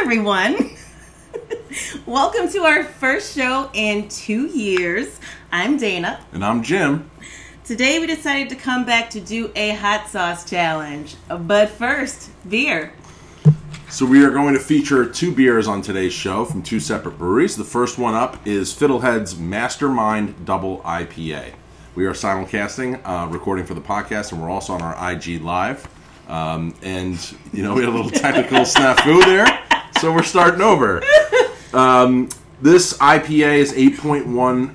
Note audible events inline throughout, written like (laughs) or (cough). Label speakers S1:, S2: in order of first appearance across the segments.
S1: everyone. (laughs) Welcome to our first show in two years. I'm Dana.
S2: And I'm Jim.
S1: Today we decided to come back to do a hot sauce challenge. But first, beer.
S2: So we are going to feature two beers on today's show from two separate breweries. The first one up is Fiddlehead's Mastermind Double IPA. We are simulcasting, uh, recording for the podcast, and we're also on our IG Live. Um, and you know we had a little technical snafu there, so we're starting over. Um, this IPA is 8.1%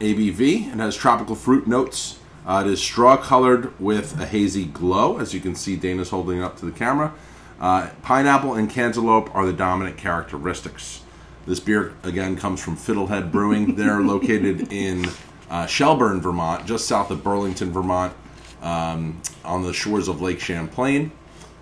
S2: ABV and has tropical fruit notes. Uh, it is straw colored with a hazy glow, as you can see Dana's holding it up to the camera. Uh, pineapple and cantaloupe are the dominant characteristics. This beer, again, comes from Fiddlehead Brewing. They're located in uh, Shelburne, Vermont, just south of Burlington, Vermont, um, on the shores of Lake Champlain.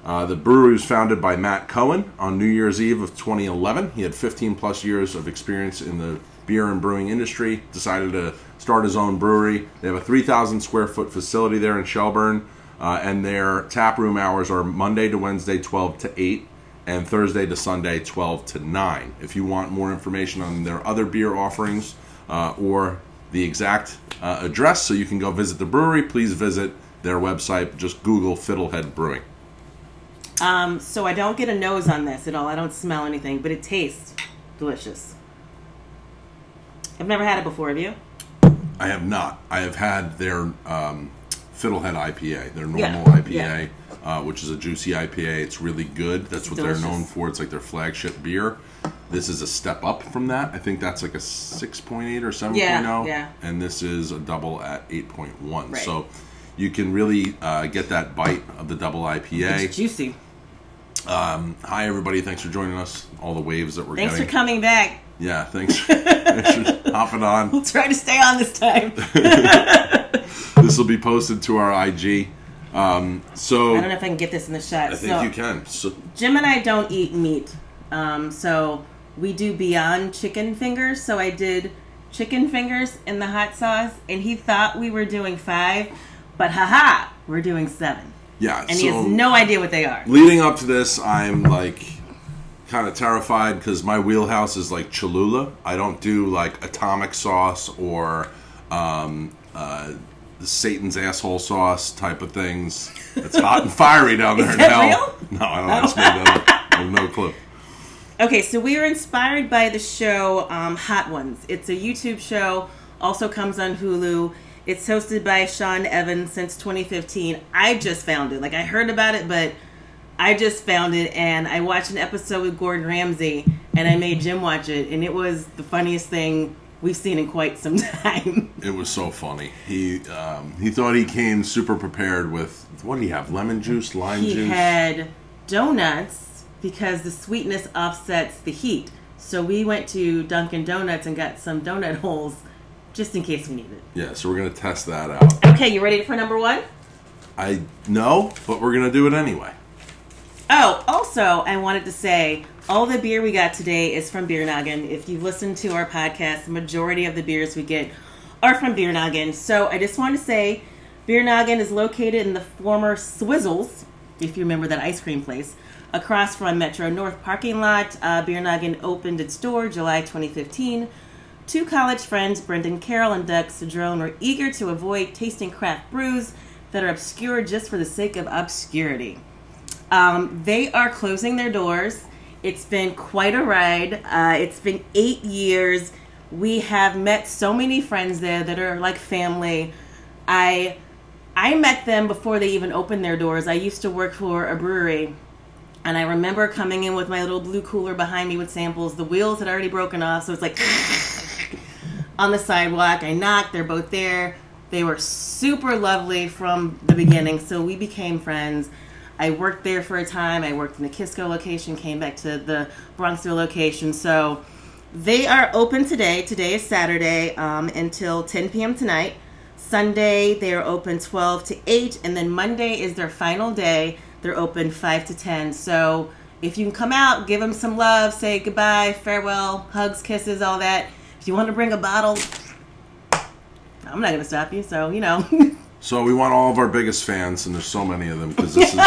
S2: Uh, the brewery was founded by Matt Cohen on New Year's Eve of 2011. He had 15 plus years of experience in the beer and brewing industry, decided to start his own brewery. They have a 3,000 square foot facility there in Shelburne, uh, and their tap room hours are Monday to Wednesday, 12 to 8, and Thursday to Sunday, 12 to 9. If you want more information on their other beer offerings uh, or the exact uh, address so you can go visit the brewery, please visit their website. Just Google Fiddlehead Brewing.
S1: Um, so I don't get a nose on this at all. I don't smell anything, but it tastes delicious. I've never had it before, have you?
S2: I have not. I have had their um, Fiddlehead IPA, their normal
S1: Yeah,
S2: IPA,
S1: yeah.
S2: uh, which is a juicy IPA. It's really good. That's what
S1: Delicious.
S2: they're known for. It's like their flagship beer. This is a step up from that. I think that's like a 6.8 or 7.0.
S1: yeah.
S2: And this is a double at 8.1.
S1: Right.
S2: So you can really uh, get that bite of the double IPA.
S1: It's juicy.
S2: Hi, everybody. Thanks for joining us. All the waves that we're
S1: Thanks
S2: getting.
S1: for coming back. (laughs)
S2: Yeah, thanks. (laughs) thanks for hopping on.
S1: We'll try to stay on this time.
S2: This will be posted to our IG. Um, so
S1: I don't know if I can get this in the shot.
S2: I think
S1: so,
S2: you can. So,
S1: Jim and I don't eat meat, um, so we do Beyond Chicken Fingers. So I did chicken fingers in the hot sauce, and he thought we were doing five, but haha, we're doing seven,
S2: yeah.
S1: and
S2: so,
S1: he has no idea what they are.
S2: leading up to this, I'm like kind of terrified because my wheelhouse is like Cholula. I don't do like atomic sauce or um, uh, Satan's asshole sauce type of things. It's hot and fiery
S1: (laughs)
S2: down there in
S1: that
S2: hell. No, I don't know. It's made up. I have no clue.
S1: Okay, so we were inspired by the show um, Hot Ones. It's a YouTube show, also comes on Hulu. It's hosted by Sean Evans since 2015. I just found it. Like, I heard about it, but I just found it, and I watched an episode with Gordon Ramsay, and I made Jim watch it, and it was the funniest thing we've seen in quite some (laughs) time.
S2: It was so funny. He um, he thought he came super prepared with what did he have? Lemon juice, lime
S1: he
S2: juice.
S1: had donuts because the sweetness offsets the heat. So we went to Dunkin' Donuts and got some donut (laughs) holes just in case we needed.
S2: yeah, so we're gonna test that out.
S1: Okay, you ready for number one?
S2: I know, but we're gonna do it anyway.
S1: Oh, also, I wanted to say all the beer we got today is from Beer Noggin. If you've listened to our podcast, the majority of the beers we get are from Beer Noggin. So I just want to say Beer Noggin is located in the former Swizzles, if you remember that ice cream place, across from Metro North parking lot. Uh, Beer Noggin opened its door July 2015. Two college friends, Brendan Carroll and Doug Cedrone, were eager to avoid tasting craft brews that are obscure just for the sake of obscurity. Um, they are closing their doors. It's been quite a ride. Uh, it's been eight years. We have met so many friends there that are like family. I I met them before they even opened their doors. I used to work for a brewery, and I remember coming in with my little blue cooler behind me with samples. The wheels had already broken off, so it's like on the sidewalk. I knocked, they're both there. They were super lovely from the beginning, so we became friends. I worked there for a time. I worked in the Kisco location, came back to the Bronxville location. So they are open today. Today is Saturday um, until 10 p.m. tonight. Sunday, they are open 12 to 8, and then Monday is their final day. They're open 5 to 10. So if you can come out, give them some love, say goodbye, farewell, hugs, kisses, all that. If you want to bring a bottle, I'm not going to stop you, so you know. (laughs)
S2: So we want all of our biggest fans, and
S1: (laughs)
S2: there's so many of them because this is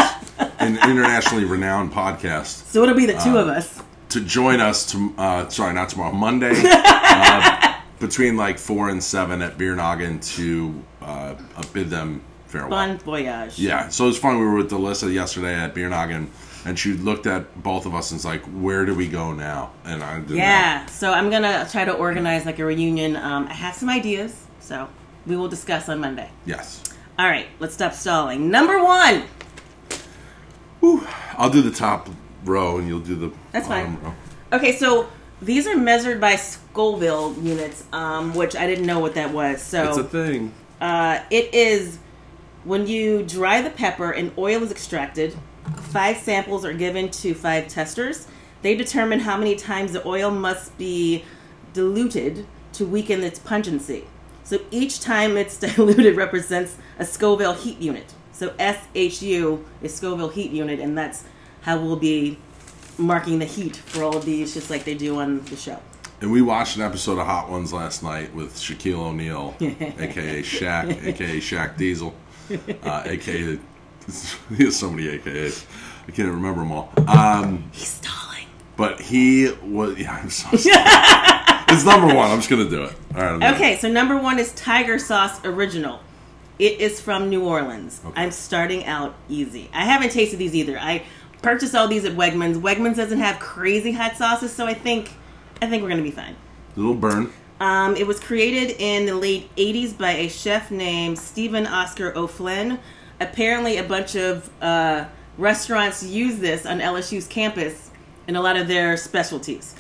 S2: an internationally renowned podcast.
S1: so it'll be the two of us.
S2: to join us. To, uh, sorry, not tomorrow, Monday,
S1: (laughs)
S2: uh, between like four and seven at Beer Noggin to uh, uh, bid them farewell.
S1: Bon voyage.
S2: Yeah, so it was funny. We were with Delissa yesterday at Beer Noggin, and she looked at both of us and was like, "Where do we go now?" And I didn't
S1: Yeah. So I'm gonna try to organize like a reunion. Um, I have some ideas, so we will discuss on Monday.
S2: Know. Yes.
S1: All right, let's stop stalling. Number one.
S2: Whew. I'll do the top row, and you'll do the
S1: That's
S2: bottom
S1: fine.
S2: row.
S1: Okay, so these are measured by Scoville units, um, which I didn't know what that was.
S2: It's a
S1: So
S2: thing.
S1: uh, it is when you dry the pepper and oil is extracted. Five samples are given to five testers. They determine how many times the oil must be diluted to weaken its pungency. So each time it's (laughs) diluted represents a Scoville heat unit. So SHU is Scoville heat unit, and that's how we'll be marking the heat for all of these, just like they do on the show.
S2: And we watched an episode of Hot Ones last night with
S1: (laughs)
S2: Shaquille O'Neal, aka Shaq, aka Shaq Diesel, uh, aka (laughs) he has so many AKAs. I can't remember them all. Um,
S1: He's stalling.
S2: but he was. (laughs) Yeah, I'm so sorry. it's number one. I'm just gonna do it. All right. I'm done.
S1: Okay, so number one is Tiger Sauce Original. It is from New Orleans.
S2: Okay.
S1: I'm starting out easy. I haven't tasted these either. I purchased all these at Wegmans. Wegmans doesn't have crazy hot sauces, so I think I think we're gonna be fine.
S2: Little burn.
S1: Um, it was created in the late 80s by a chef named Stephen Oscar O'Flynn. Apparently, a bunch of uh, restaurants use this on LSU's campus in a lot of their specialties.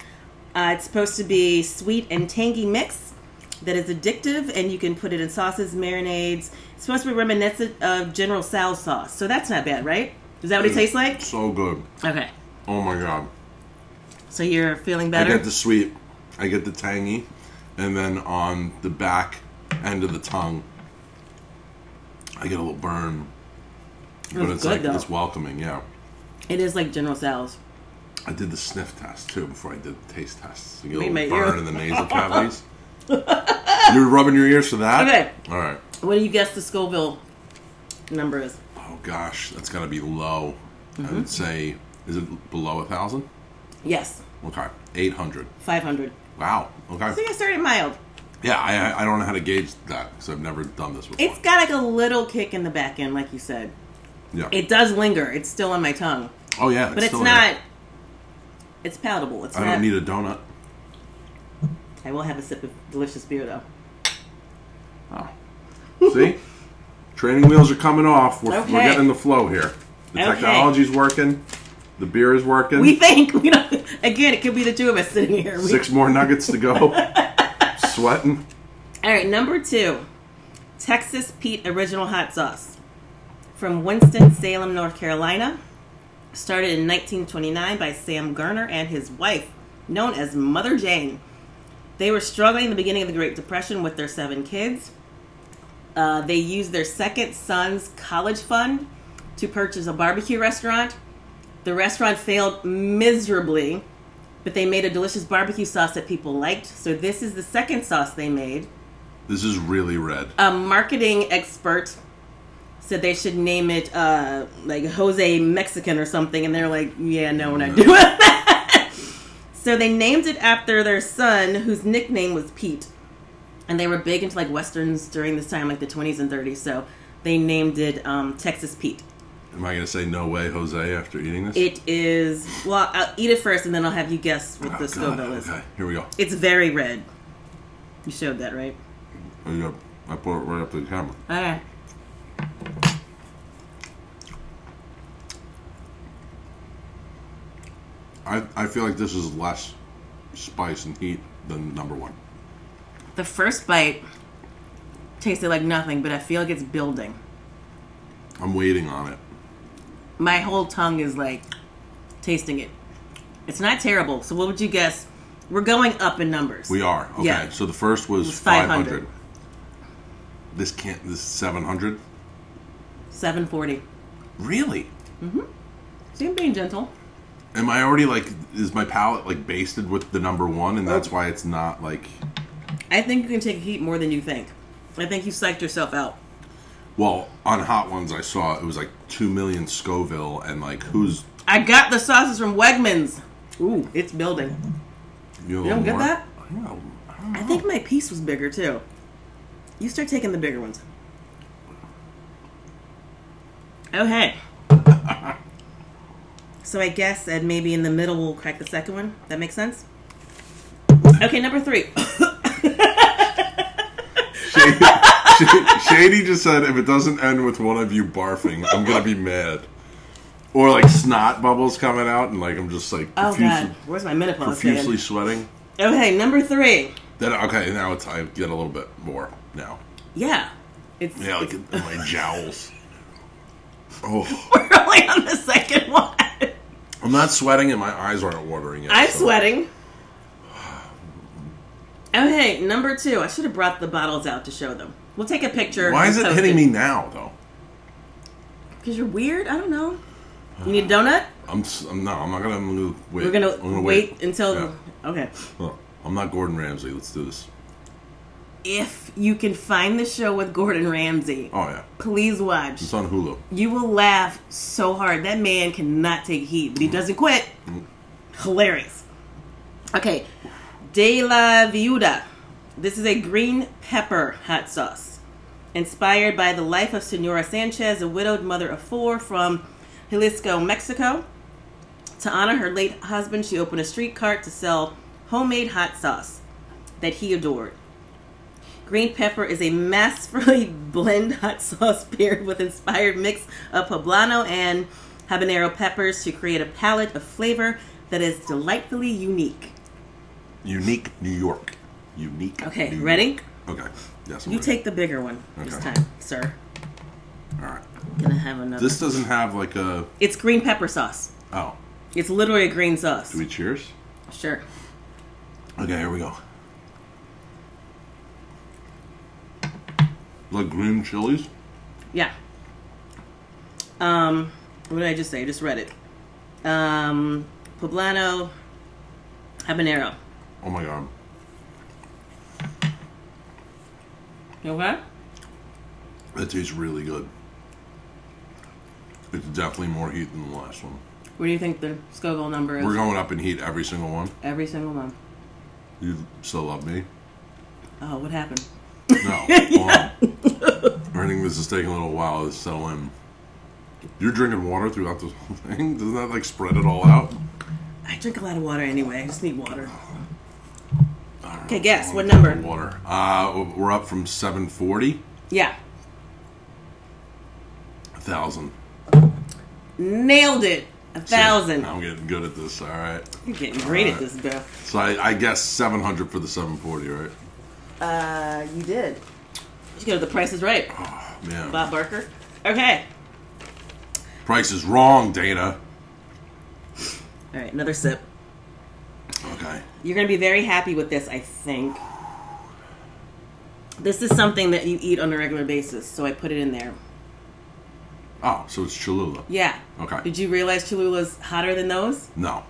S1: Uh, it's supposed to be sweet and tangy mix that is addictive, and you can put it in sauces, marinades. It's supposed to be reminiscent of General Sal's sauce, so that's not bad, right? Is that what
S2: Mm.
S1: it tastes like?
S2: So good.
S1: Okay,
S2: Oh my god.
S1: so you're feeling
S2: I
S1: better.
S2: get the sweet. I get the tangy, and then on the back end of the tongue, I get a little burn. But
S1: was
S2: it's
S1: good,
S2: like
S1: though.
S2: it's welcoming. Yeah.
S1: It is like General Sal's.
S2: I did the sniff test too before I did the taste test. You get a
S1: We
S2: little
S1: made
S2: burn
S1: you-
S2: in
S1: (laughs)
S2: the nasal cavities. You're rubbing your ears for that.
S1: Okay.
S2: All right.
S1: What do you guess the Scoville number is?
S2: Oh gosh, that's got to be low.
S1: Mm-hmm.
S2: I would say, is it below a thousand?
S1: Yes,
S2: Okay, eight hundred.
S1: 500.
S2: Wow.
S1: I think
S2: Okay.
S1: I started mild.
S2: Yeah, I I- I don't know how to gauge that because I've never done this before.
S1: It's got like a little kick in the back end, like you said.
S2: yeah.
S1: It does linger. It's still on my tongue,
S2: oh yeah.
S1: but it's
S2: still there.
S1: not. It's palatable. It's
S2: I
S1: not.
S2: don't need a donut.
S1: I will have a sip of delicious beer though.
S2: Oh. See, training wheels are coming off. We're, we're
S1: Okay.
S2: getting the flow here. The
S1: Okay.
S2: technology's working. The beer is working.
S1: We think we don't. (laughs) Again, it could be the two of us sitting here. We- (laughs)
S2: Six more nuggets to go. Sweating.
S1: All right, number two, Texas Pete Original Hot Sauce from Winston Salem, North Carolina. Started in 1929 by Sam Garner and his wife, known as Mother Jane. They were struggling in the beginning of the Great Depression with their seven kids. Uh, they used their second son's college fund to purchase a barbecue restaurant. The restaurant failed miserably, but they made a delicious barbecue sauce that people liked. So, this is the second sauce they made
S2: This is really red.
S1: a marketing expert said they should name it uh, like Jose Mexican or something, and they're like, yeah, no, we're not doing (laughs) that. so they named it after their son, whose nickname was Pete, and they were big into like westerns during this time, like the 20s and 30s. So they named it um, Texas Pete.
S2: Am I gonna say no way, Jose, after eating this?
S1: It is well, I'll eat it first, and then I'll have you guess
S2: Oh,
S1: what the
S2: God.
S1: Scoville is.
S2: Okay, here we go.
S1: It's very red. You showed that, right?
S2: Here you go. I put it right up to the camera.
S1: All right.
S2: I, I feel like this is less spice and heat than number one.
S1: The first bite tasted like nothing, but I feel like it's building.
S2: I'm waiting on it.
S1: My whole tongue is like tasting it. It's not terrible. So what would you guess? We're going up in numbers.
S2: We are okay.
S1: Yeah.
S2: So the first was,
S1: was
S2: 500.
S1: 500.
S2: This can't. This is 700.
S1: 740.
S2: Really?
S1: See, I'm being gentle.
S2: Am I already like? Is my palate like basted with the number one, and
S1: Oh.
S2: that's why it's not like?
S1: I think you can take heat more than you think. I think you psyched yourself out.
S2: Well, on Hot Ones, I saw it was like two million Scoville, and like who's
S1: I got the sauces from Wegmans. Ooh, it's building.
S2: You,
S1: don't get that?
S2: I think I'll- I don't know.
S1: I think my piece was bigger too. You start taking the bigger ones. (laughs) Okay. Oh, so I guess that maybe in the middle we'll crack the second one. That makes sense? Okay, number three.
S2: Shady, Shady- Shady just said, if it doesn't end with one of you barfing, I'm gonna be mad. Or like snot bubbles coming out, and like I'm just like
S1: (coughs) Oh
S2: profusely,
S1: god, where's my menopause? Profusely.
S2: profusely sweating.
S1: Okay, Oh, number three.
S2: Then okay, now it's I get a little bit more now.
S1: Yeah, it's
S2: Yeah, like in my jowls. Oh,
S1: (laughs) we're only on the second one.
S2: I'm not sweating, and my eyes aren't watering yet.
S1: I'm
S2: so-
S1: sweating. Okay, number two. I should have brought the bottles out to show them. We'll take a picture.
S2: Why is
S1: and
S2: it
S1: post
S2: hitting me now though?
S1: Because you're weird. I don't know. You need a donut?
S2: I'm, s am no, I'm not gonna, I'm gonna wait.
S1: We're gonna,
S2: I'm gonna
S1: wait, until.
S2: Yeah.
S1: Okay.
S2: Huh. I'm not Gordon Ramsay. Let's do this.
S1: If you can find the show with Gordon Ramsay,
S2: Oh yeah,
S1: please watch.
S2: it's on Hulu.
S1: You will laugh so hard. That man cannot take heat, but he doesn't quit. Hilarious. Okay, De La Viuda. This is a green pepper hot sauce inspired by the life of Senora Sanchez, a widowed mother of four from Jalisco, Mexico. To honor her late husband, she opened a street cart to sell homemade hot sauce that he adored. Green pepper is a masterfully (laughs) blend hot sauce paired with inspired mix of poblano and habanero peppers to create a palette of flavor that is delightfully unique.
S2: Unique New York. Unique.
S1: Okay,
S2: New
S1: ready?
S2: York. Okay. Yes. I'm
S1: You
S2: ready.
S1: take the bigger one this
S2: Okay.
S1: time, sir.
S2: All right.
S1: Gonna have another.
S2: This doesn't have like a.
S1: it's green pepper sauce.
S2: Oh,
S1: It's literally a green sauce.
S2: do we cheers?
S1: Sure.
S2: Okay, here we go. Like green chilies.
S1: Yeah. Um, what did I just say? I just read it. Um, poblano, habanero.
S2: Oh my god.
S1: You okay?
S2: That tastes really good. It's definitely more heat than the last one.
S1: What do you think the Scoville number is?
S2: We're going up in heat every single one.
S1: Every single one.
S2: You still love me?
S1: Oh, what happened? (laughs)
S2: No. yeah. I think this is taking a little while to settle in. You're drinking water throughout this whole thing? Doesn't that like spread it all out?
S1: I drink a lot of water anyway. I just need water.
S2: I don't
S1: Okay,
S2: know.
S1: guess.
S2: Oh,
S1: What number?
S2: Water. Uh, we're up from 740,
S1: Yeah.
S2: 1,000.
S1: Nailed it. A thousand.
S2: I'm getting good at this, all right.
S1: You're getting great at
S2: Alright.
S1: this, Bill.
S2: So I, I guess 700 for the 740, right?
S1: Uh, you did. You go to the Price is Right.
S2: Oh, man.
S1: Bob Barker. Okay.
S2: Price is wrong, Dana.
S1: All right, another sip.
S2: Okay.
S1: You're going to be very happy with this, I think. This is something that you eat on a regular basis, so I put it in there.
S2: Oh, so it's Cholula.
S1: Yeah.
S2: Okay.
S1: Did you realize Cholula's hotter than those?
S2: No.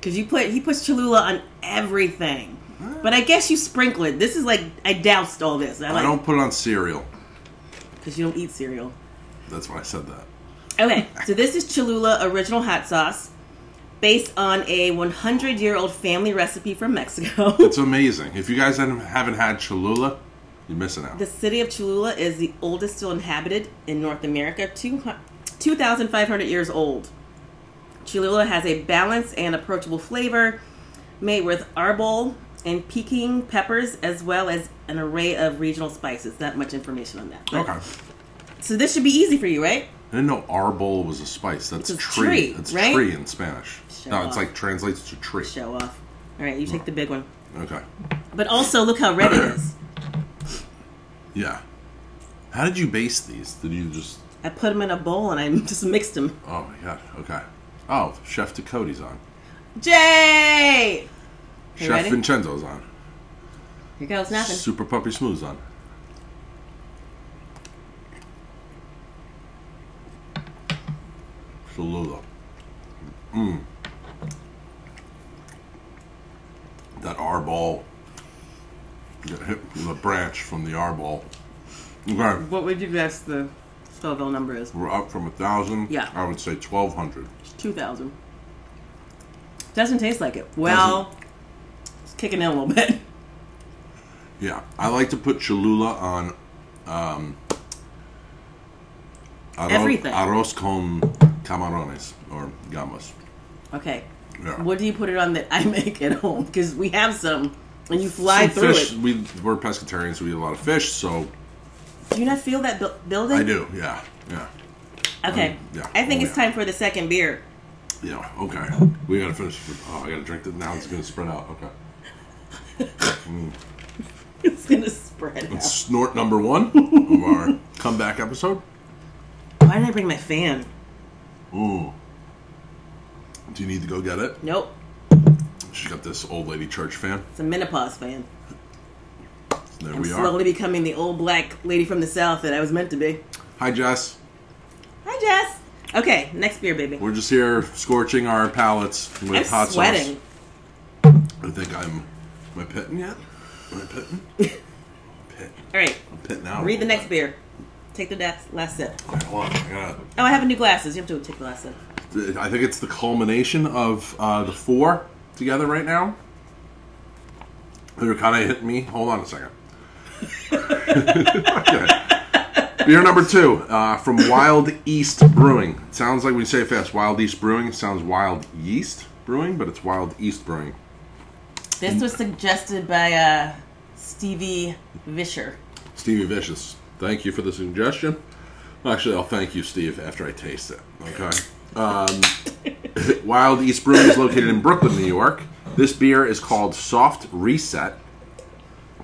S1: Cause you put he puts Cholula on everything, but I guess you sprinkle it. This is like I doused all this. I
S2: I
S1: like
S2: don't put it on cereal.
S1: because you don't eat cereal.
S2: That's why I said that.
S1: Okay, so this is Cholula original hot sauce, based on a 100 year old family recipe from Mexico. (laughs)
S2: It's amazing. If you guys haven't haven't had Cholula, you're missing out.
S1: the city of Cholula is the oldest still inhabited in North America, two hu- 2,500 years old. Cholula has a balanced and approachable flavor made with arbol and Peking peppers as well as an array of regional spices. Not much information on that. but-
S2: okay. I
S1: So this should be easy for you, right?
S2: didn't know arbol was a spice.
S1: It's
S2: That's
S1: a
S2: tree.
S1: tree,
S2: It's
S1: right?
S2: tree in Spanish.
S1: Show
S2: no, it's
S1: off.
S2: like translates to tree.
S1: Show off. All right, you take the big one.
S2: Okay.
S1: But also look how red it is.
S2: Yeah. How did you base these? Did you just?
S1: I put them in a bowl and I (laughs) just mixed them.
S2: Oh my god. Okay. Oh, Chef Dakota's on.
S1: Jay! You
S2: Chef
S1: ready?
S2: Vincenzo's on.
S1: Here goes nothing.
S2: Super Puppy Smooth's on. Cholula. Mmm. That arbol. Got hit with a branch from the arbol. Okay,
S1: What would you guess the Scoville number is?
S2: we're up from a thousand.
S1: Yeah.
S2: I would say twelve hundred.
S1: 2,000. Doesn't taste like it. Well, it's kicking in a little bit. (laughs)
S2: Yeah, I like to put Cholula on um, arro-
S1: Everything.
S2: Arroz con camarones or gambas.
S1: Okay.
S2: Yeah.
S1: What do you put it on that I (laughs) make at home? Because we have some, and you fly
S2: Some
S1: through
S2: fish.
S1: it.
S2: We we're pescatarians. We eat a lot of fish, so
S1: Do you not feel that bu- building?
S2: I do. Yeah, yeah,
S1: Okay.
S2: Um, yeah.
S1: I think
S2: Oh,
S1: it's
S2: yeah.
S1: time for the second beer. (laughs)
S2: yeah. Okay, we gotta finish. Oh, I gotta drink this now. It's gonna spread out. Okay,
S1: It's gonna spread. Out.
S2: snort number one of our comeback episode.
S1: Why did I bring my fan?
S2: Ooh. Do you need to go get it?
S1: Nope.
S2: She's got this old lady church fan.
S1: It's a menopause fan.
S2: There
S1: I'm
S2: we
S1: slowly
S2: are.
S1: becoming the old black lady from the south that I was meant to be.
S2: Hi, Jess.
S1: Hi, Jess. Okay, next beer, baby.
S2: We're just here scorching our palates with
S1: I'm
S2: hot
S1: sweating.
S2: sauce. I think I'm. Am I pitting yet? Am I
S1: (laughs)
S2: pitting? Pit.
S1: All right,
S2: I'm pitting out. a
S1: read the
S2: little
S1: next
S2: bit.
S1: beer. Take the last, last sip.
S2: Okay, hold on, I gotta-
S1: Oh, I have new glasses. You have to take the last sip.
S2: I think it's the culmination of uh, the four together right now. They're kind of hitting me. Hold on a second. (laughs) Okay. Beer number two uh, from Wild East Brewing. It sounds like we say it fast. Wild East Brewing. It sounds Wild Yeast Brewing, but it's Wild East Brewing.
S1: This was suggested by uh, Stevie Vischer.
S2: Stevie Vicious, thank you for the suggestion. Actually, I'll thank you, Steve, after I taste it. Okay. Um, (laughs) Wild East Brewing is located in Brooklyn, New York. This beer is called Soft Reset.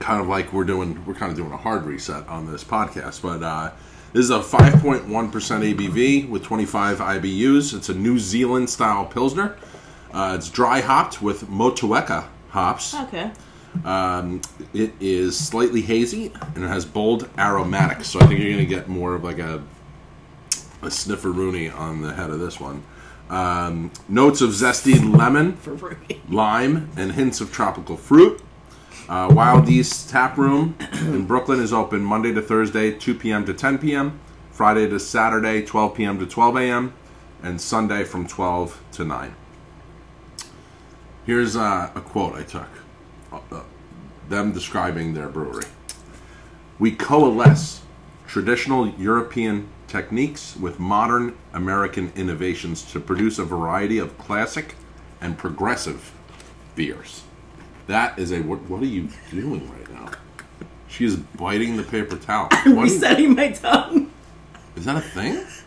S2: Kind of like we're doing, we're kind of doing a hard reset on this podcast, but uh, this is a 5.1% ABV with 25 IBUs. It's a New Zealand style pilsner. Uh, it's dry hopped with Motueka hops.
S1: Okay.
S2: Um, it is slightly hazy and it has bold aromatics, so I think you're going to get more of like a a snifferoonie on the head of this one. Um, notes of zesty lemon,
S1: For (laughs) Ruby.
S2: lime, and hints of tropical fruit. Uh, Wild East Tap Room (clears throat) in Brooklyn is open Monday to Thursday, 2 p.m. to 10 p.m., Friday to Saturday, 12 p.m. to 12 a.m., and Sunday from 12 to 9. Here's uh, a quote I took uh, uh, them describing their brewery. We coalesce traditional European techniques with modern American innovations to produce a variety of classic and progressive beers. That is a what, what are you doing right now? She is biting the paper towel. What is,
S1: Resetting my tongue.
S2: is that a thing? Is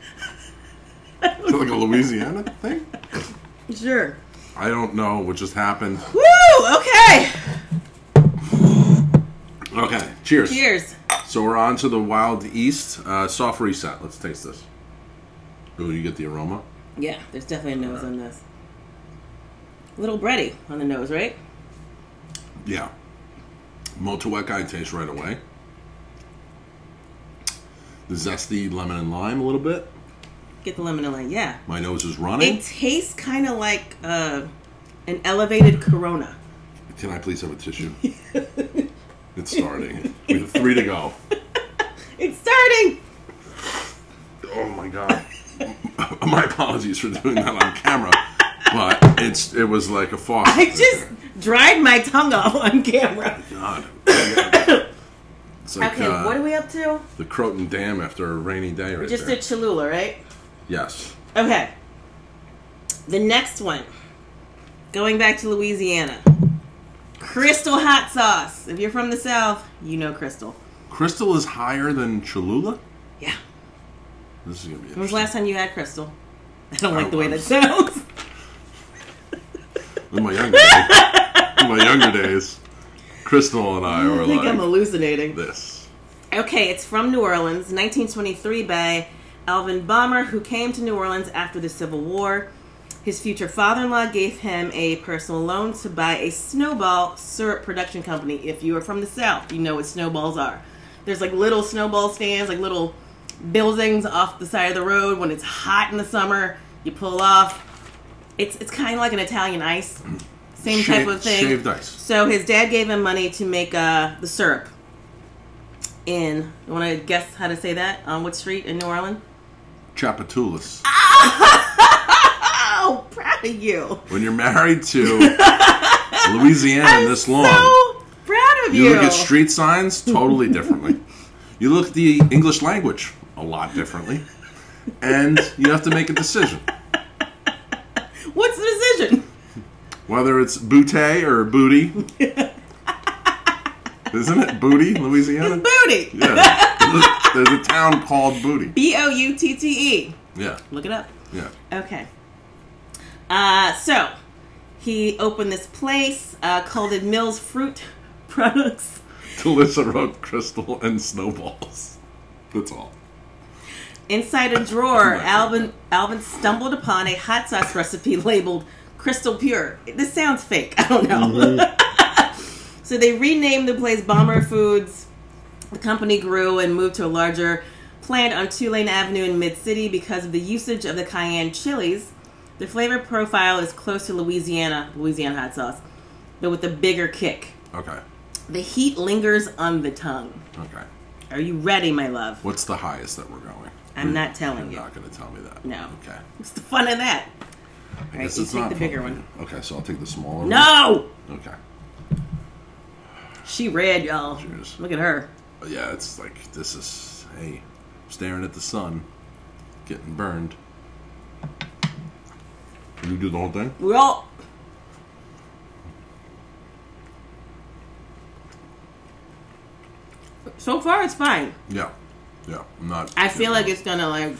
S2: that like a Louisiana thing?
S1: Sure.
S2: I don't know what just happened.
S1: Woo! Okay.
S2: Okay, cheers.
S1: Cheers.
S2: So we're on to the Wild East uh, soft reset. Let's taste this. Ooh, you get the aroma.
S1: Yeah, there's definitely a nose on this. A little bready on the nose, right?
S2: Yeah. Motueka I taste right away. The zesty lemon and lime a little bit.
S1: Get the lemon and lime. Yeah.
S2: My nose is
S1: It
S2: running.
S1: tastes kind of like uh, an elevated Corona.
S2: Can I please have a tissue? (laughs) it's starting. We have three to go.
S1: It's starting.
S2: Oh my god. (laughs) My apologies for doing that on camera, but it's it was like a fog.
S1: I just dried my tongue off (laughs) on camera.
S2: God. It's like
S1: Okay,
S2: uh,
S1: what are we up to?
S2: the Croton Dam after a rainy day right
S1: We just
S2: there.
S1: did Cholula, right?
S2: yes.
S1: Okay. The next one. Going back to Louisiana. Crystal hot sauce. If you're from the South, you know Crystal.
S2: Crystal is higher than Cholula?
S1: Yeah.
S2: This is gonna be
S1: When was the
S2: interesting.
S1: last time you had Crystal? (laughs) I don't like
S2: I
S1: the way that
S2: was.
S1: sounds.
S2: In my younger days.
S1: (laughs)
S2: In my younger days. Crystal and (laughs) I
S1: I
S2: were
S1: think I'm
S2: like
S1: hallucinating.
S2: this.
S1: Okay, it's from New Orleans, 1923 by Alvin Bomber, who came to New Orleans after the Civil War. His future father in law gave him a personal loan to buy a snowball syrup production company. If you are from the South, you know what snowballs are. There's like little snowball stands, like little buildings off the side of the road. When it's hot in the summer, you pull off. It's, it's kind of like an Italian ice, same type
S2: Shaved-
S1: of thing.
S2: Shaved ice.
S1: So his dad gave him money to make uh, the syrup. In you want to guess how to say that on what street in New Orleans?
S2: Chapatulas.
S1: Oh, proud you.
S2: When you're
S1: (laughs)
S2: married to Louisiana this long,
S1: So proud of you.
S2: you look at street signs totally
S1: (laughs)
S2: differently. you look at the English language a lot differently. And you have to make a decision.
S1: What's the decision? (laughs)
S2: Whether it's bootay or booty. Isn't it booty, Louisiana?
S1: Booty.
S2: Yeah. There's a town called Booty.
S1: B O U T T E.
S2: Yeah.
S1: Look it up.
S2: Yeah.
S1: Okay. Uh, so he opened this place uh, called it Mills Fruit (laughs) Products.
S2: Delissa wrote crystal and snowballs. That's all.
S1: Inside a drawer,
S2: Right.
S1: Alvin Alvin stumbled upon a hot sauce recipe (laughs) labeled Crystal Pure. This sounds fake. I don't know. (laughs) so they renamed the place Bomber Foods. The company grew and moved to a larger plant on Tulane Avenue in Mid City because of the usage of the cayenne chilies. The flavor profile is close to Louisiana Louisiana hot sauce, but with a bigger kick.
S2: Okay.
S1: The heat lingers on the tongue.
S2: Okay.
S1: Are you ready, my love?
S2: What's the highest that we're going?
S1: I'm not telling you.
S2: You're not going to tell me that.
S1: No.
S2: Okay.
S1: What's the fun in that?
S2: I
S1: All right,
S2: guess
S1: you
S2: it's
S1: take
S2: not
S1: the
S2: fun.
S1: bigger one.
S2: Okay, so I'll take the smaller
S1: No!
S2: one. Okay.
S1: She read, y'all.
S2: Cheers.
S1: Look at her.
S2: But yeah, it's like this is hey, staring at the sun, getting burned. Can you do the whole thing?
S1: We all. So far, it's fine.
S2: Yeah. Yeah. I'm not.
S1: I feel like it's gonna like.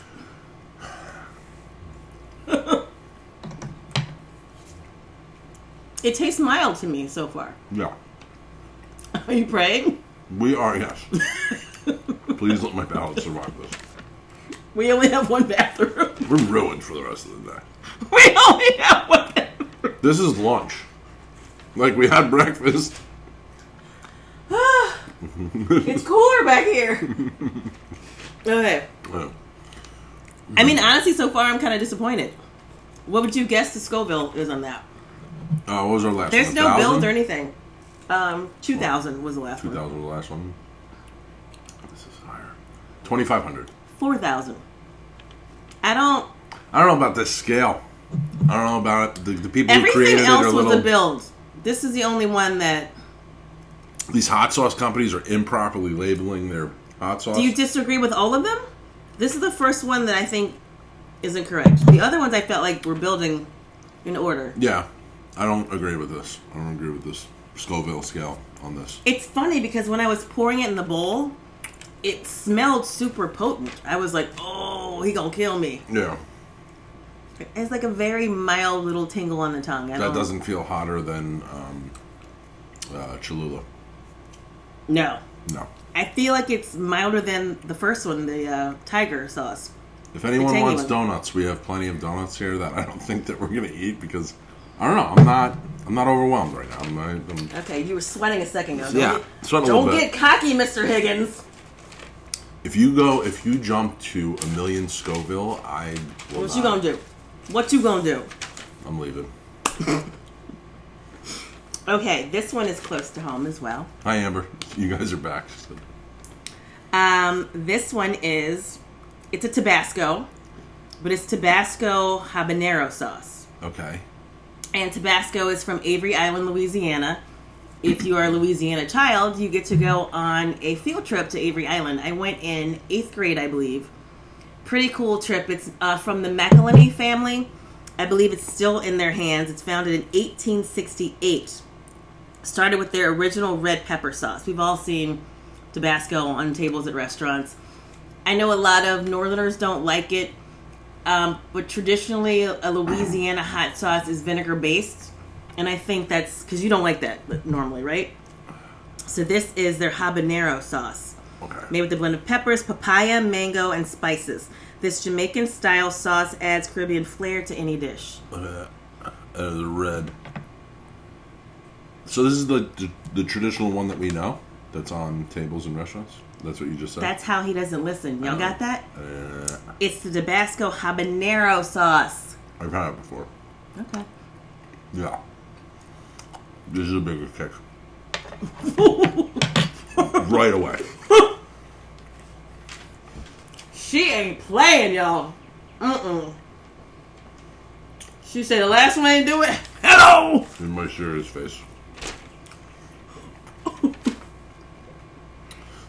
S1: (laughs) it tastes mild to me so far. (laughs)
S2: Yeah.
S1: Are you praying?
S2: We
S1: (laughs)
S2: are yes. Please let my palate survive this.
S1: We only have one bathroom. (laughs)
S2: We're ruined for the rest of the day.
S1: We only have one. Bathroom.
S2: (sighs)
S1: (sighs)
S2: This is lunch. Like we had breakfast.
S1: It's cooler back here. okay.
S2: Oh,
S1: I mean, honestly, so far I'm kind of disappointed. What would you guess the Scoville is on that?
S2: Uh, what was our last
S1: There's
S2: one?
S1: no build or
S2: anything.
S1: anything. Um, 2000 was the last
S2: Two
S1: one.
S2: thousand was the last one. This is higher. Twenty five hundred.
S1: 4000. I don't.
S2: I don't know about this scale. I don't know about it. The, the people who
S1: Everything
S2: created it
S1: else was
S2: are little.
S1: a build. This is the only one that.
S2: These hot sauce companies are improperly labeling their hot sauce.
S1: Do you disagree with all of them? This is the first one that I think isn't correct. The other ones I felt like were building in order.
S2: yeah, I don't agree with this. I don't agree with this Scoville scale on this.
S1: It's funny because when I was pouring it in the bowl, it smelled super potent. I was like, "Oh, he gonna kill me."
S2: Yeah,
S1: It's like a very mild little tingle on the tongue. I
S2: that
S1: don't-
S2: doesn't feel hotter than um, uh, Cholula.
S1: No,
S2: No.
S1: I feel like it's milder than the first one, the uh, tiger sauce.
S2: If anyone
S1: tangy
S2: wants
S1: one.
S2: donuts, we have plenty of donuts here that I don't (laughs) think that we're gonna eat because I don't know. I'm not. I'm not overwhelmed right now. I'm, not, I'm
S1: Okay, you were sweating a second ago. Don't
S2: Yeah,
S1: get-
S2: sweat a little
S1: don't get
S2: bit.
S1: cocky, Mister Higgins.
S2: If you go, if you jump to a million Scoville, I will
S1: What
S2: not.
S1: you gonna do? What you gonna do?
S2: I'm leaving.
S1: Okay, this one is close to home as well.
S2: Hi, Amber. You guys are back. So-
S1: Um, this one is, it's a Tabasco, but it's Tabasco habanero sauce.
S2: Okay.
S1: And Tabasco is from Avery Island, Louisiana. If you are a Louisiana child, you get to go on a field trip to Avery Island. I went in eighth grade, I believe. Pretty cool trip. It's uh, from the McElhenney family. I believe it's still in their hands. It's founded in 1868. Started with their original red pepper sauce. We've all seen Tabasco on tables at restaurants. I know a lot of Northerners don't like it. Um, but traditionally, a Louisiana hot sauce is vinegar based, and I think that's because you don't like that normally, right? So this is their habanero sauce,
S2: Okay.
S1: made with a blend of peppers, papaya, mango, and spices. This Jamaican style sauce adds Caribbean flair to any dish.
S2: Look at that. Uh, the red. So this is the, the the traditional one that we know that's on tables in restaurants. That's what you just said.
S1: That's how he doesn't listen. Y'all got that?
S2: Uh,
S1: It's the Tabasco habanero sauce.
S2: I've had it before.
S1: Okay.
S2: Yeah. This is a bigger kick.
S1: (laughs)
S2: right away.
S1: She ain't playing, y'all. Mm mm. She said the last one ain't do it. (laughs)
S2: Hello! In my serious face. (laughs)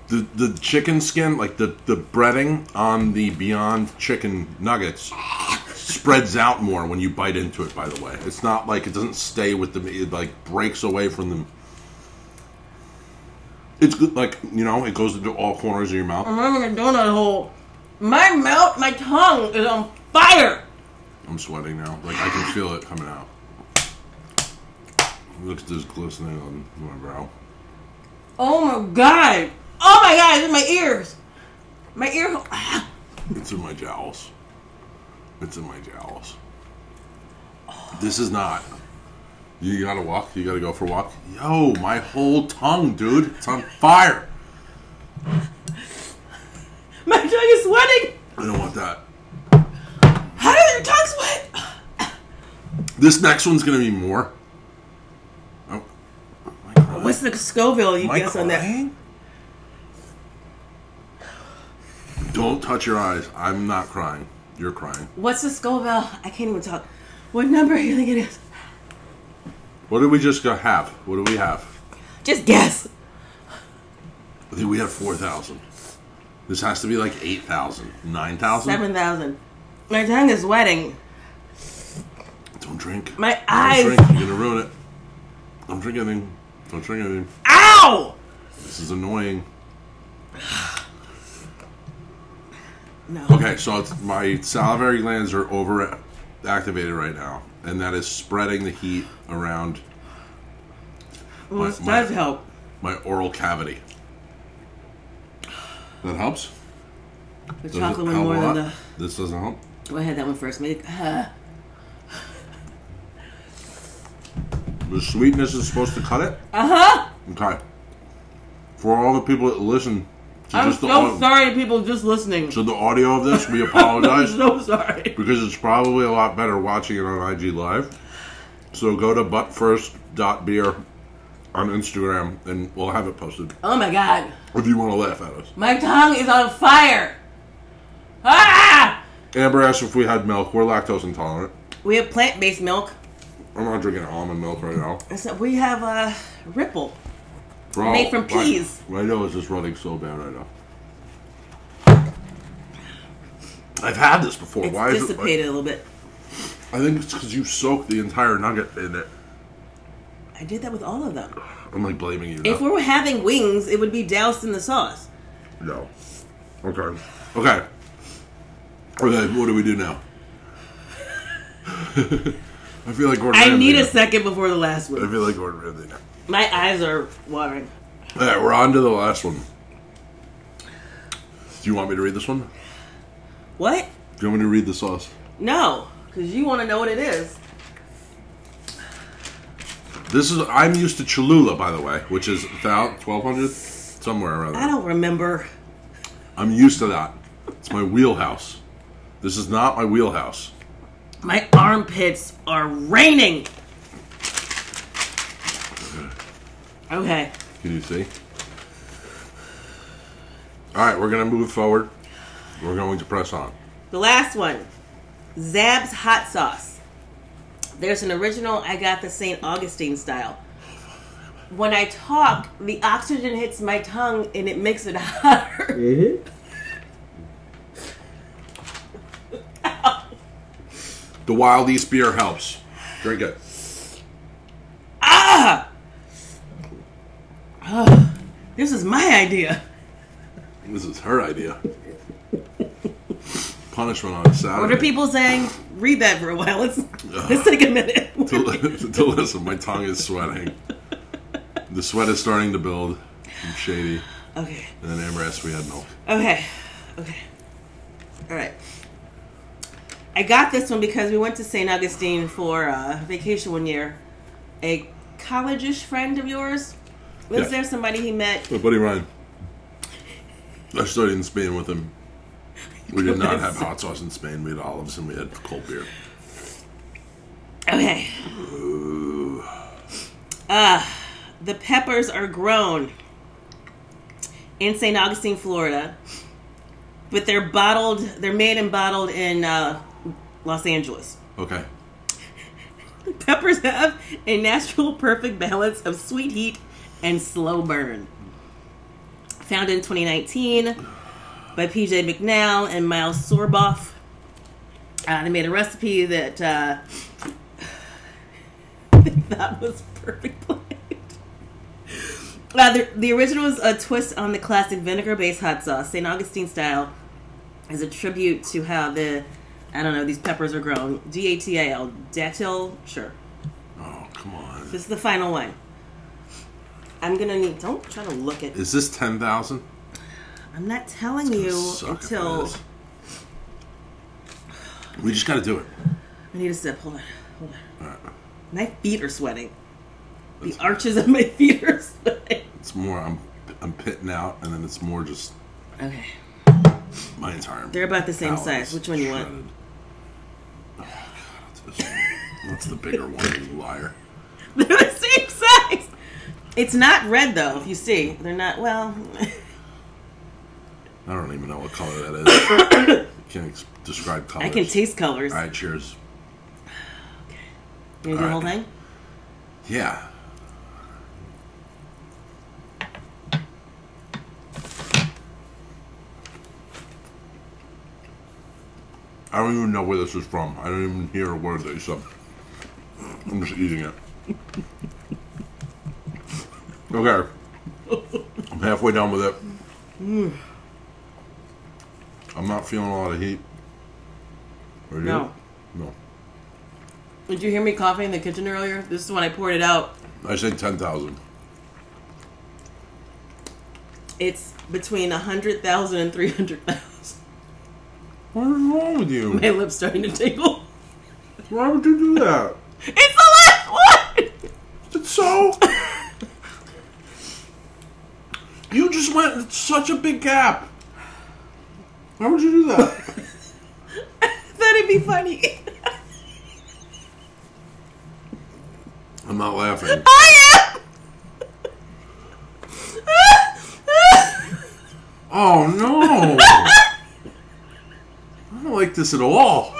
S2: the the chicken skin, like the, the breading on the Beyond Chicken Nuggets, spreads out more when you bite into it. By the way, it's not like it doesn't stay with the meat; it like breaks away from them. It's good, like you know, it goes into all corners of your mouth.
S1: I'm having a donut hole. My mouth, my tongue is on fire.
S2: I'm sweating now. Like I can feel it coming out. Look at this glistening on my brow.
S1: Oh my god. Oh my god, it's in my ears. My ear. (laughs) hole. Ah.
S2: It's in my jowls. It's in my jowls. This is not. You gotta walk. You gotta go for a walk. Yo, my whole tongue, dude. It's on fire.
S1: My tongue is sweating.
S2: I don't want that.
S1: How does your tongue sweat?
S2: This next one's gonna be more. Oh, am I crying?
S1: What's the Scoville you
S2: Am I
S1: guess on that?
S2: crying? Don't touch your eyes. I'm not crying. You're crying.
S1: What's the Scoville? I can't even talk. What number do you think it is?
S2: What did we just go have? What do we have?
S1: Just guess.
S2: I think we have 4,000. This has to be like 8,000. 9,000?
S1: 7,000. My tongue is sweating.
S2: Don't drink.
S1: My
S2: Don't
S1: eyes.
S2: drink. You're going to ruin it. Don't drink anything. Don't drink anything.
S1: Ow!
S2: This is annoying.
S1: No.
S2: Okay, so it's, my salivary glands are over activated right now, and that is spreading the heat around
S1: Well, this
S2: my-
S1: does help.
S2: my oral cavity. That helps?
S1: The
S2: Does it
S1: chocolate one
S2: help a
S1: more
S2: lot?
S1: than the.
S2: This doesn't help?
S1: Go ahead, that one first. (sighs) Make.
S2: The sweetness is supposed to cut it?
S1: Uh huh.
S2: Okay. For all the people that listen to
S1: I'm
S2: just the
S1: so
S2: au-
S1: sorry to people just listening.
S2: to the audio of this,
S1: (laughs)
S2: we
S1: I'm
S2: apologize
S1: so sorry.
S2: because it's probably a lot better watching it on IG Live. So go to buttfirst.beer on Instagram and we'll have it posted
S1: Oh my god.
S2: if you want to laugh at us.
S1: My tongue is on fire. Ah!
S2: Amber asked if we had milk. We're lactose intolerant.
S1: We have plant based milk.
S2: I'm not drinking almond milk right now.
S1: So we have uh, Ripple.
S2: Bro,
S1: Made from
S2: my-
S1: peas.
S2: My nose is running so bad right now. I've had this before.
S1: It's
S2: Why is it?
S1: dissipated a little bit.
S2: I think it's because you soaked the entire nugget in it.
S1: I did that with all of them.
S2: I'm like blaming you.
S1: If we
S2: now.
S1: were having wings, it would be doused in the sauce.
S2: No. Okay. Okay. Okay. What do we do now? (laughs) I feel like Gordon.
S1: I
S2: Ramsay
S1: need
S2: now.
S1: a second before the last
S2: I
S1: one.
S2: feel like Gordon Ramsay now.
S1: My eyes are watering.
S2: All right, we're on to the last one. Do you want me to read this one? Do
S1: What?
S2: you want me to read the sauce?
S1: No, because you want to know what it is.
S2: This is. I'm used to Cholula, by the way, which is about 1200 somewhere around
S1: I
S2: there.
S1: don't remember.
S2: I'm used to that. It's my wheelhouse. This is not my wheelhouse.
S1: My armpits are raining. Okay.
S2: Can you see? All right, we're going to move forward. We're going to press on.
S1: The last one, Zab's hot sauce. There's an original I got the St. Augustine style. When I talk, the oxygen hits my tongue and it makes it (laughs) hotter.
S2: The Wild East beer helps. Drink it.
S1: Ah! Ugh, this is my idea.
S2: This is her idea. Punishment on Saturday.
S1: What are people saying? Read that for a while. Let's, let's take a minute.
S2: (laughs) to, li- to listen, my tongue is sweating. The sweat is starting to build. I'm shady.
S1: (laughs) Okay.
S2: And then Amber asked if we had milk.
S1: Okay. Okay. All right. I got this one because we went to St. Augustine for uh, vacation one year. A college-ish friend of yours lives
S2: Yeah.
S1: there. Somebody he met.
S2: My buddy Ryan. I studied in Spain with him. We did not have hot sauce in Spain. We had olives and we had cold beer.
S1: Okay. Uh, the peppers are grown in St. Augustine, Florida, but they're bottled. They're made and bottled in uh, Los Angeles.
S2: Okay.
S1: Peppers have a natural perfect balance of sweet heat and slow burn. Founded in 2019 by PJ McNall and Miles Sorboff. Uh, they made a recipe that uh, (laughs) they thought was perfect blend. Uh, the, the original is a twist on the classic vinegar based hot sauce, St. Augustine style, is a tribute to how the, I don't know, these peppers are grown. D A T A L, datil, sure.
S2: Oh, come on.
S1: This is the final one. I'm gonna need, don't try to look at,
S2: Is this 10,000?
S1: I'm not telling you
S2: Suck if it
S1: until,
S2: is. We just got to do it.
S1: I need a sip, hold on, hold on.
S2: All right.
S1: My feet are sweating. The
S2: That's-
S1: arches of my (laughs) feet are sweating.
S2: It's more, I'm, I'm pitting out, and then it's more just
S1: Okay.
S2: my entire.
S1: They're about the same
S2: palate
S1: size.
S2: is
S1: Which one you want?
S2: shredded. Oh, God, it's this one. That's the bigger one, you liar.
S1: (laughs) They're the same size. It's not red though, if you see. They're not well (laughs)
S2: I don't even know what color that is. (coughs) Can't ex- describe colors.
S1: I can taste colors.
S2: All right, cheers.
S1: you gonna do the whole
S2: all right.
S1: thing?
S2: Yeah. I don't even know where this is from. I don't even hear a word that you said. I'm just eating it. Okay. I'm halfway done with it. I'm not feeling a lot of heat. Are you?
S1: No.
S2: No.
S1: Did you hear me coughing in the kitchen earlier? This is when I poured it out.
S2: I said 10,000.
S1: It's between a hundred thousand and three hundred thousand. (laughs)
S2: What is wrong with you?
S1: My lips starting to tingle.
S2: Why would you do that?
S1: It's the last one! (laughs)
S2: It's so. you just went it's such a big gap. Why would you do that?
S1: That'd be funny.
S2: (laughs) I'm not laughing.
S1: I am
S2: Oh no! I don't like this at all.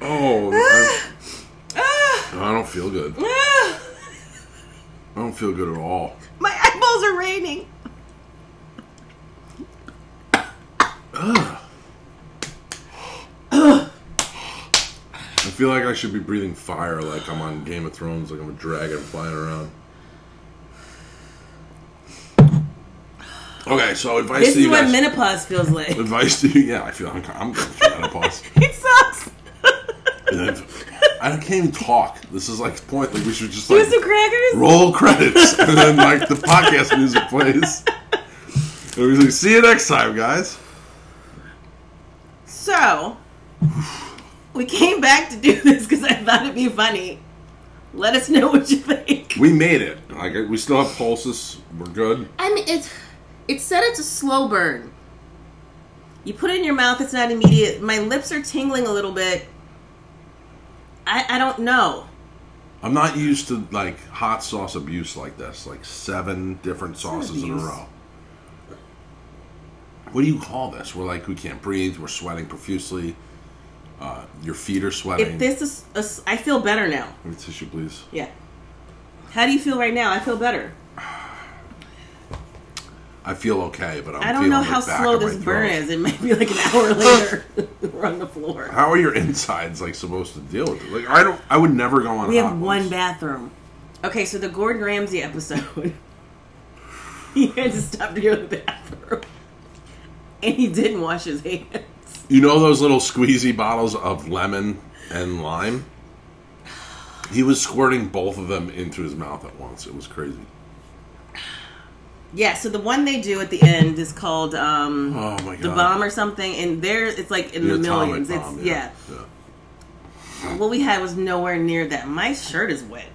S2: Oh, I, I don't feel good. I don't feel good at all.
S1: (laughs) My eyeballs are raining.
S2: I feel like I should be breathing fire, like I'm on Game of Thrones, like I'm a dragon flying around. Okay, so advice
S1: This
S2: to
S1: is
S2: you
S1: what
S2: guys.
S1: menopause feels like.
S2: Advice to you? Yeah, I feel I'm, I'm going through menopause.
S1: It sucks.
S2: And I've- I can't even talk. This is like point. Like we should just
S1: Do
S2: like
S1: some crackers.
S2: roll credits (laughs) and then like the podcast music plays. And we like, see you next time, guys.
S1: So, we came back to do this because I thought it'd be funny. Let us know what you think.
S2: We made it. Like we still have pulses. We're good.
S1: I mean, it's it said it's a slow burn. You put it in your mouth; it's not immediate. My lips are tingling a little bit. I I don't know.
S2: I'm not used to like hot sauce abuse like this, like seven different sauces in a
S1: abuse.
S2: row. What do you call this? We're like we can't breathe. We're sweating profusely. Uh, your feet are sweating.
S1: If this is, a s- I feel better now.
S2: Give me tissue, please.
S1: Yeah. How do you feel right now? I feel better.
S2: I feel okay, but I'm
S1: I don't
S2: feeling
S1: know
S2: the
S1: how
S2: back
S1: slow
S2: of my
S1: this burn
S2: throat.
S1: is. It might be like an hour (laughs) later. We're on the floor.
S2: How are your (laughs) insides like supposed to deal with it? Like I don't. I would never go on.
S1: We
S2: hot
S1: have
S2: ones.
S1: one bathroom. Okay, so the Gordon Ramsay episode, (laughs) he had to stop to go to the bathroom, and he didn't wash his hands.
S2: You know those little squeezy bottles of lemon and lime? He was squirting both of them into his mouth at once. It was crazy.
S1: Yeah, so the one they do at the end is called um,
S2: Oh my god.
S1: the bomb or something, and there it's like in the,
S2: atomic
S1: millions.
S2: bomb,
S1: it's yeah.
S2: yeah.
S1: What we had was nowhere near that. My shirt is wet.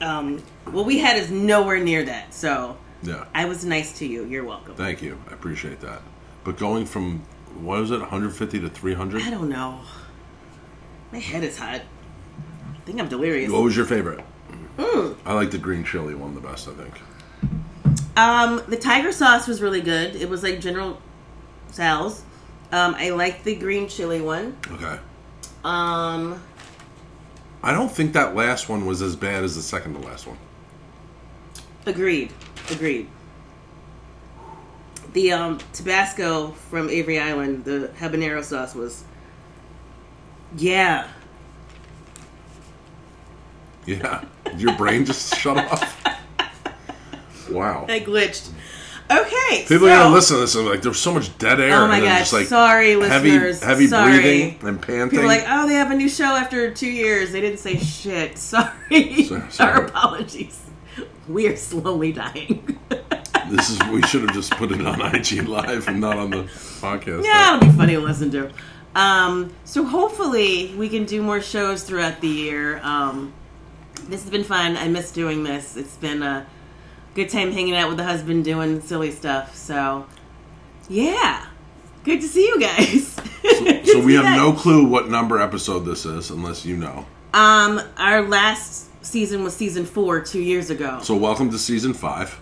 S1: Um, what we had is nowhere near that. So
S2: Yeah.
S1: I was nice to you. You're welcome.
S2: Thank you. I appreciate that. But going from what is it, 150 to 300?
S1: I don't know. My head is hot. I think I'm delirious.
S2: What was your favorite?
S1: Mm.
S2: I like the green chili one the best, I think.
S1: Um, the tiger sauce was really good. It was like General Sal's. Um, I liked the green chili one.
S2: Okay.
S1: Um,
S2: I don't think that last one was as bad as the second to last one.
S1: agreed, agreed. The um, Tabasco from Avery Island, the habanero sauce was, yeah,
S2: Yeah. Did Your brain just (laughs) shut off. Wow.
S1: I glitched. Okay, so,
S2: People are gonna listen to this and be like, there's so much dead air.
S1: Oh my
S2: and then
S1: gosh,
S2: just like
S1: sorry,
S2: heavy,
S1: listeners,
S2: heavy
S1: sorry.
S2: breathing and panting.
S1: People are like, oh, they have a new show after two years. They didn't say shit. (laughs) Sorry.
S2: So-
S1: Our
S2: sorry.
S1: apologies. We are slowly dying. (laughs) "Ah."
S2: This is we should have just put it on (laughs) IG Live and not on the podcast.
S1: Yeah, it'll be funny to listen to. Um, so hopefully we can do more shows throughout the year. Um, this has been fun. I miss doing this. It's been a good time hanging out with the husband, doing silly stuff. So, yeah, good to see you guys. (laughs) Good
S2: So
S1: to
S2: we
S1: see
S2: have
S1: you
S2: no
S1: guys.
S2: clue what number episode this is unless you know.
S1: Um, our last season was season four two years ago.
S2: So welcome to season five,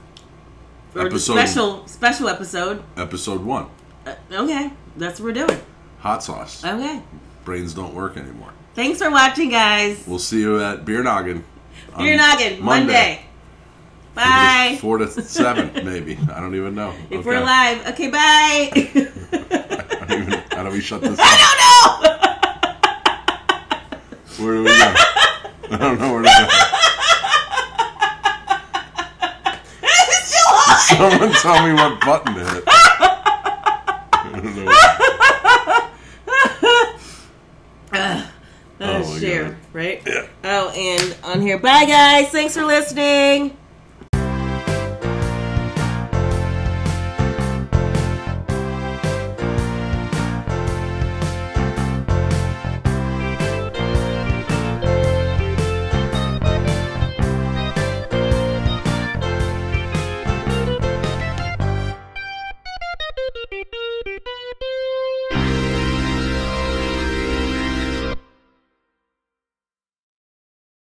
S1: or the
S2: episode-
S1: special special episode.
S2: episode one.
S1: Uh, okay, that's what we're doing.
S2: Hot sauce.
S1: Okay.
S2: Brains don't work anymore.
S1: Thanks for watching, guys.
S2: We'll see you at Beer Noggin. on
S1: Beer Noggin, Monday. Bye.
S2: Four to seven,
S1: (laughs)
S2: maybe. I don't even know.
S1: If
S2: Okay.
S1: we're live. Okay, bye.
S2: (laughs)
S1: (laughs)
S2: I don't even, how do we shut this
S1: I
S2: off? (laughs)
S1: don't know.
S2: Where do we go? I don't know where to go.
S1: (laughs) It's still hot.
S2: Someone tell me what button to hit. (laughs) I don't know.
S1: Uh,
S2: my
S1: share,
S2: God.
S1: right?
S2: Yeah.
S1: Oh, and on here. Bye, guys. Thanks for listening.